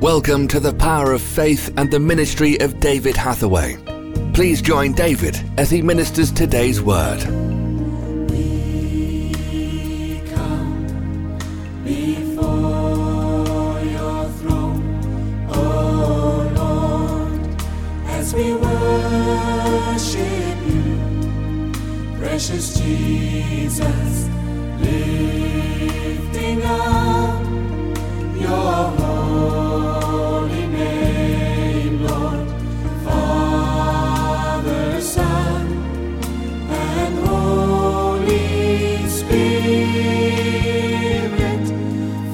Welcome to the power of faith and the ministry of David Hathaway. Please join David as he ministers today's word. We come before your throne, O Lord, as we worship you, precious Jesus, lifting up your holy name, Lord, Father, Son, and Holy Spirit,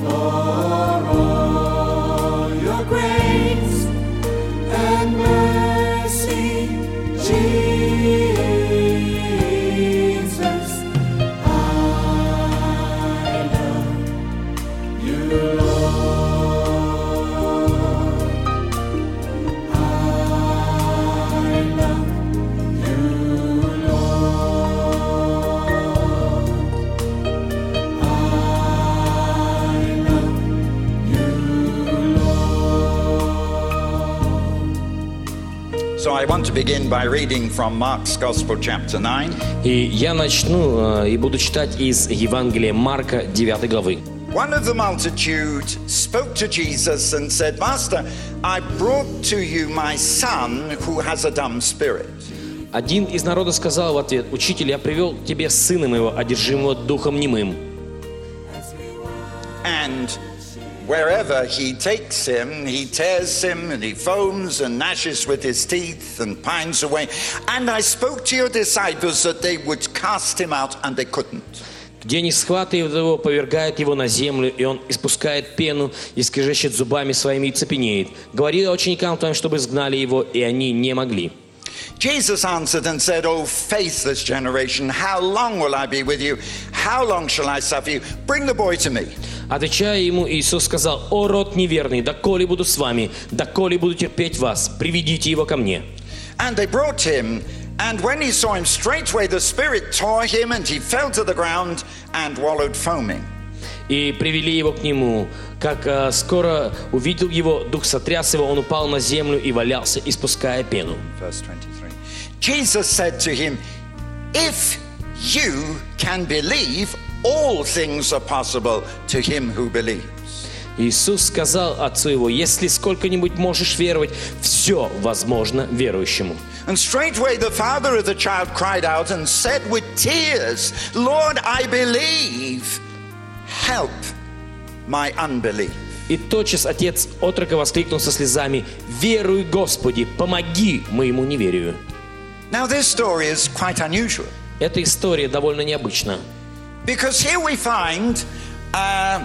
for all your grace and mercy, Jesus, I love you, Lord. I love So I want to begin by reading from Mark's Gospel, chapter 9. И я начну э, и буду читать из Евангелия Марка 9 главы. One of the multitude spoke to Jesus and said, Master, I brought to you my son who has a dumb spirit. Один из народа сказал в ответ, «Учитель, я привел к тебе сына моего, одержимого духом немым». And wherever he takes him, he tears him and he foams and gnashes with his teeth and pines away. And I spoke to your disciples that they would cast him out, and they couldn't. Где не схватывает его, повергает его на землю, и он испускает пену, и скрежещет зубами своими и цепенеет. Говорил ученикам твоим, чтобы изгнали его, и они не могли. Jesus answered and said, O faithless generation, how long will I be with you? How long shall I suffer you? Bring the boy to me. Отвечая ему, Иисус сказал, «О, род неверный, доколе буду с вами, доколе буду терпеть вас, приведите его ко мне». And they brought him, and when he saw him, straightway the Spirit tore him, and he fell to the ground and wallowed foaming. И привели его к нему. Как э, скоро увидел его, дух сотряс его, он упал на землю и валялся, испуская пену. Verse 23. Jesus said to him, If you can believe, all things are possible to him who believes. Иисус сказал отцу его, если сколько-нибудь можешь веровать, все возможно верующему. And straightway the father of the child cried out and said with tears, Lord, I believe. Help my unbelief. И тотчас отец отрока воскликнул со слезами, «Веруй, Господи, помоги моему неверию». Now, this story is quite unusual Эта история довольно необычна, because here we find uh,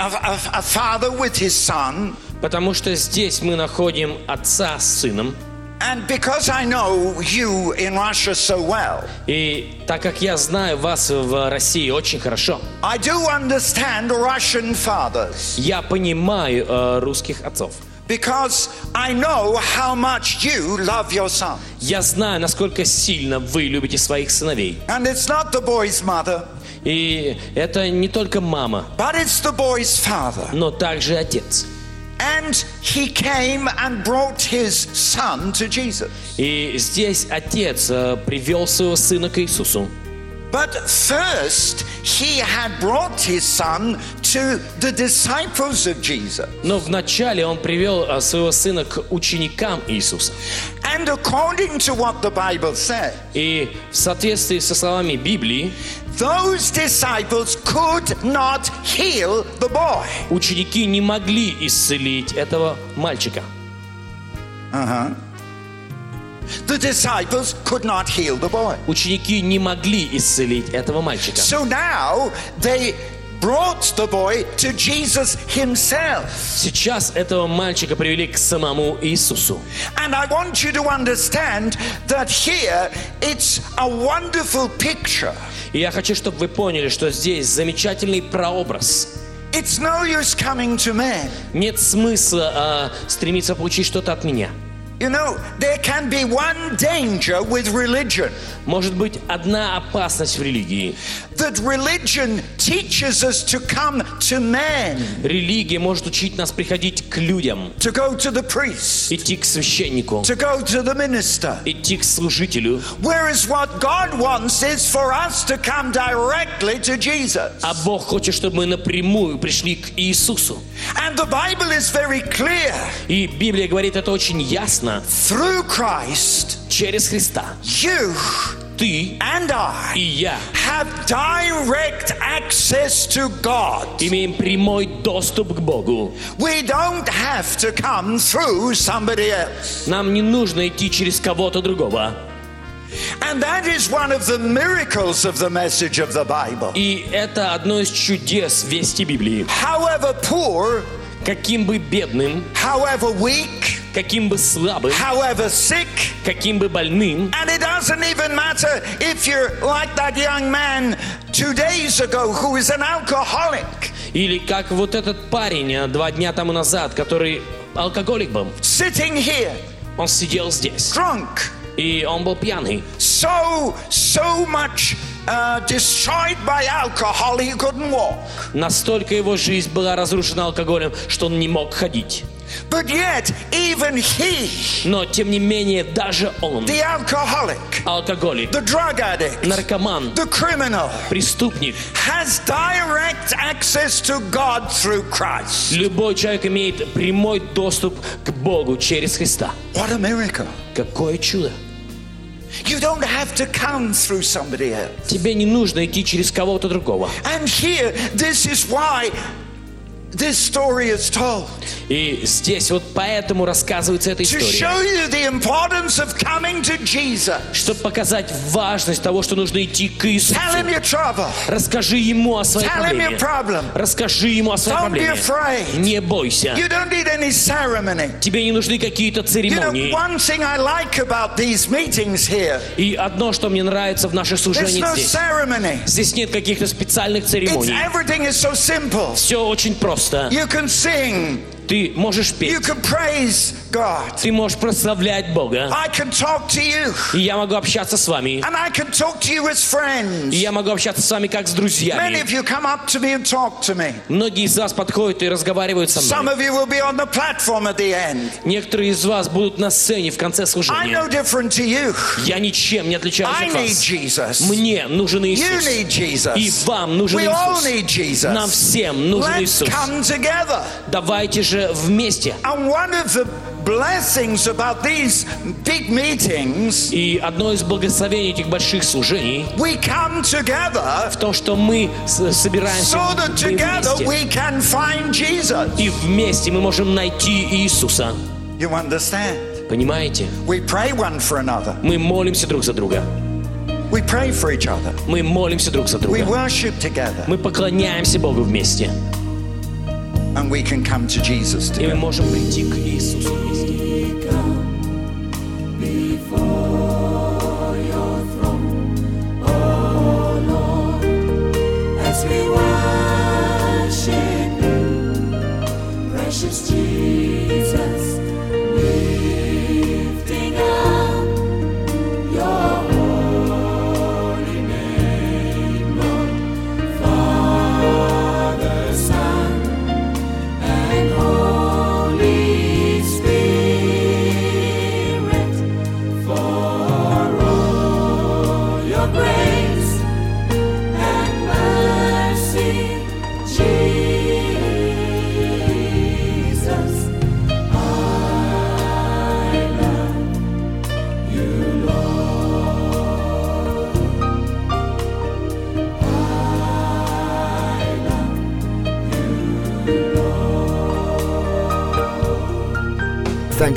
a, a- a father with his son. потому что здесь мы находим отца с сыном, And because I know you in Russia so well, и так как я знаю вас в России очень хорошо, I do understand Russian fathers Я понимаю э, русских отцов. because I know how much you love your son. Я знаю, насколько сильно вы любите своих сыновей. And it's not the boy's mother, И это не только мама, but it's the boy's father. но также отец. And he came and brought his son to Jesus. И здесь отец э, привел своего сына к Иисусу. But first, he had brought his son to the disciples of Jesus. Но вначале он привел э, своего сына к ученикам Иисуса. And according to what the Bible says, И в соответствии со словами Библии, those disciples could not heal the boy. ученики не могли исцелить этого мальчика. The disciples could not heal the boy. Ученики не могли исцелить этого мальчика. So now they brought the boy to Jesus himself. Сейчас этого мальчика привели к самому Иисусу. And I want you to understand that here it's a wonderful picture. И я хочу, чтобы вы поняли, что здесь замечательный прообраз. It's no use coming to men. Нет смысла а, стремиться получить что-то от меня. You know, there can be one danger with religion Может быть, одна опасность в религии. that religion teaches us to come to man, Религия может учить нас приходить к людям, to go to the priest, идти к священнику, to go to the minister. идти к служителю. Whereas what God wants is for us to come directly to Jesus. А Бог хочет, чтобы мы напрямую пришли к Иисусу. And the Bible is very clear И Библия говорит это очень ясно. through Christ, Через Христа. you Ты and I и я have direct access to God. имеем прямой доступ к Богу. We don't have to come through somebody else. Нам не нужно идти через кого-то другого. And that is one of the miracles of the message of the Bible. И это одно из чудес вести Библии. However poor, Каким бы бедным, however weak, каким бы слабым, however sick, каким бы больным, And it doesn't even matter if you're like that young man two days ago who is an alcoholic, или как вот этот парень э, два дня тому назад, который алкоголик был, sitting here, он сидел здесь, drunk, и он был пьяный. so, so much uh, destroyed by alcohol he couldn't walk. Настолько его жизнь была разрушена алкоголем, что он не мог ходить. But yet, even he, Но, тем не менее, даже он, the alcoholic, алкоголик, the drug addict, наркоман, the criminal, преступник, has direct access to God through Christ. любой человек имеет прямой доступ к Богу через Христа. What a miracle! Какое чудо! You don't have to come through somebody else. Тебе не нужно идти через кого-то другого. And here, this is why this story is told И здесь вот поэтому рассказывается эта to история. show you the importance of coming to Jesus. чтобы показать важность того, что нужно идти к Иисусу. Tell him your trouble. Расскажи ему о своей Tell him проблеме. your problem. Расскажи ему о своей Don't be проблеме. afraid. Не бойся. You don't need any ceremony. Тебе не нужны какие-то You know, церемонии. one thing I like about these meetings here, И одно, что мне нравится в наших there's служениях no здесь. ceremony. Здесь нет каких-то специальных It's церемоний. everything is so simple. Все очень просто. You can sing, Ты можешь you петь. can praise God. Ты можешь прославлять Бога. I can talk to you, И я могу общаться с вами. and I can talk to you as И friends. я могу общаться с вами как с Many друзьями. of you come up to me and talk to me. Многие из вас подходят и разговаривают со Some мной. of you will be on the platform at the end. Некоторые из вас будут на сцене в конце I'm служения. no different to you. Я ничем не I отличаюсь от need вас. Jesus. Мне нужен You Иисус. need И Jesus. вам нужен We all Иисус. need Нам Jesus. всем нужен Let's Иисус. come together. Давайте же вместе. And one of the blessings about these big meetings, И одно из благословений этих больших служений we come together в том, что мы с- собираемся so that together вместе. we can find Jesus. И вместе мы можем найти Иисуса. You understand? Понимаете? We pray one for another. Мы молимся друг за друга. We pray for each other. Мы молимся друг за We друга. worship together. Мы поклоняемся Богу вместе. And we can come to Jesus И мы together. можем прийти к Иисусу вместе. before your throne, O Lord, as we worship you, precious Jesus, lifting up your holy name, Lord, Father, Son, and Holy Spirit for all your grace and mercy, Jesus. I love you, Lord. I love you, Lord. Thank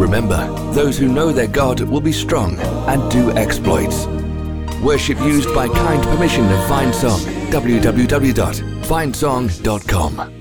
Remember, those who know their God will be strong and do exploits. Worship used by kind permission of Fine Song. www.finesong.com.